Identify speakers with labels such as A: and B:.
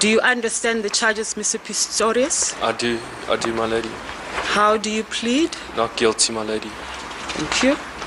A: Do you understand the charges, Mr. Pistorius?
B: I do, I do, my lady.
A: How do you plead?
B: Not guilty, my lady.
A: Thank you.